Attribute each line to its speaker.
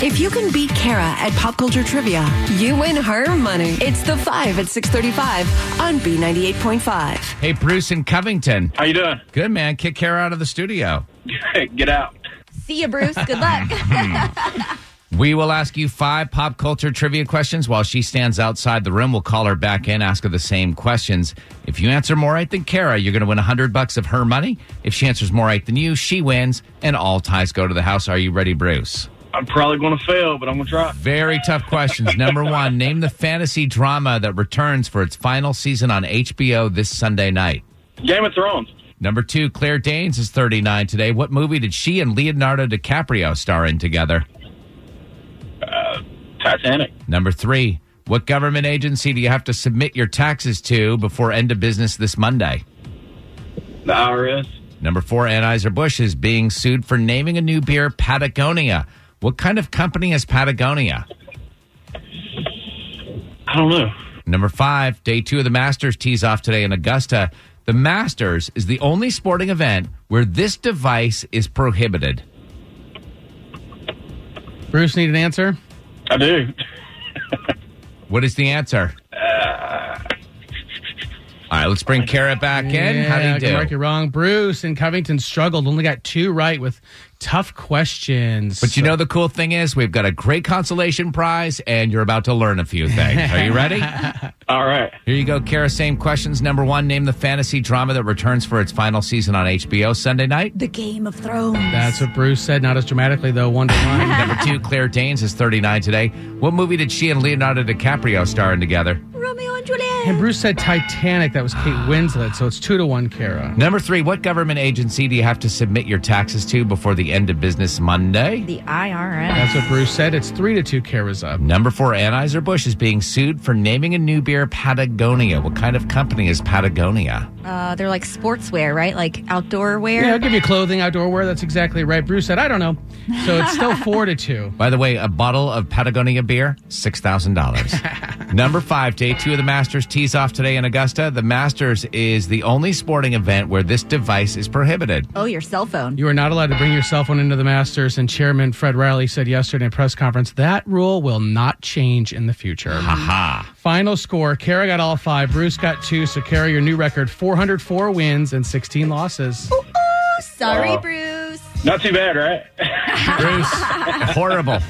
Speaker 1: If you can beat Kara at Pop Culture Trivia, you win her money. It's the 5 at 635 on B98.5.
Speaker 2: Hey, Bruce in Covington.
Speaker 3: How you doing?
Speaker 2: Good, man. Kick Kara out of the studio.
Speaker 3: Get out.
Speaker 4: See you, Bruce. Good luck.
Speaker 2: We will ask you five pop culture trivia questions while she stands outside the room. We'll call her back in, ask her the same questions. If you answer more right than Kara, you're going to win 100 bucks of her money. If she answers more right than you, she wins, and all ties go to the house. Are you ready, Bruce?
Speaker 3: I'm probably going to fail, but I'm going to try.
Speaker 2: Very tough questions. Number one, name the fantasy drama that returns for its final season on HBO this Sunday night.
Speaker 3: Game of Thrones.
Speaker 2: Number two, Claire Danes is 39 today. What movie did she and Leonardo DiCaprio star in together?
Speaker 3: Titanic.
Speaker 2: Number three, what government agency do you have to submit your taxes to before end of business this Monday?
Speaker 3: The IRS.
Speaker 2: Number four, Anheuser-Busch is being sued for naming a new beer Patagonia. What kind of company is Patagonia?
Speaker 3: I don't know.
Speaker 2: Number five, day two of the Masters tees off today in Augusta. The Masters is the only sporting event where this device is prohibited.
Speaker 5: Bruce need an answer.
Speaker 3: I do.
Speaker 2: What is the answer? All right, let's bring Kara back in. How do
Speaker 5: Yeah,
Speaker 2: you do?
Speaker 5: Mark, you're wrong. Bruce and Covington struggled. Only got two right with tough questions.
Speaker 2: But you know, the cool thing is, we've got a great consolation prize, and you're about to learn a few things. Are you ready? Here
Speaker 3: All right.
Speaker 2: you go, Kara. Same questions. Number one, name the fantasy drama that returns for its final season on HBO Sunday night.
Speaker 4: the Game of Thrones.
Speaker 5: that's what Bruce said. Not as dramatically though. One to one.
Speaker 2: Number two, Claire Danes is 39 today. What movie did she and Leonardo DiCaprio star in together?
Speaker 4: Romeo and Juliet.
Speaker 5: and Bruce said Titanic. That was Kate Winslet. So it's two to one, Kara.
Speaker 2: Number three, what government agency do you have to submit your taxes to before the end of business Monday?
Speaker 4: the IRS.
Speaker 5: That's what Bruce said. It's three to two. Kara's up.
Speaker 2: Number four, Anheuser-Busch is being sued for naming a new beer Patagonia. What kind of company is Patagonia?
Speaker 4: Uh, they're like sportswear, right? Like outdoor wear.
Speaker 5: Yeah, I'll give you clothing, outdoor wear. That's exactly right. Bruce said, I don't know. So it's still four to two.
Speaker 2: By the way, a bottle of Patagonia beer, $6,000. Number five, day two of the Masters tees off today in Augusta. The Masters is the only sporting event where this device is prohibited.
Speaker 4: Oh, your cell phone.
Speaker 5: You are not allowed to bring your cell phone into the Masters, and Chairman Fred Riley said yesterday in a press conference that rule will not change in the future.
Speaker 2: Ha.
Speaker 5: Final score Kara got all five, Bruce got two. So, Kara, your new record 404 wins and 16 losses.
Speaker 4: Sorry,
Speaker 3: Wow.
Speaker 4: Bruce.
Speaker 3: Not too bad, right?
Speaker 2: Bruce, horrible.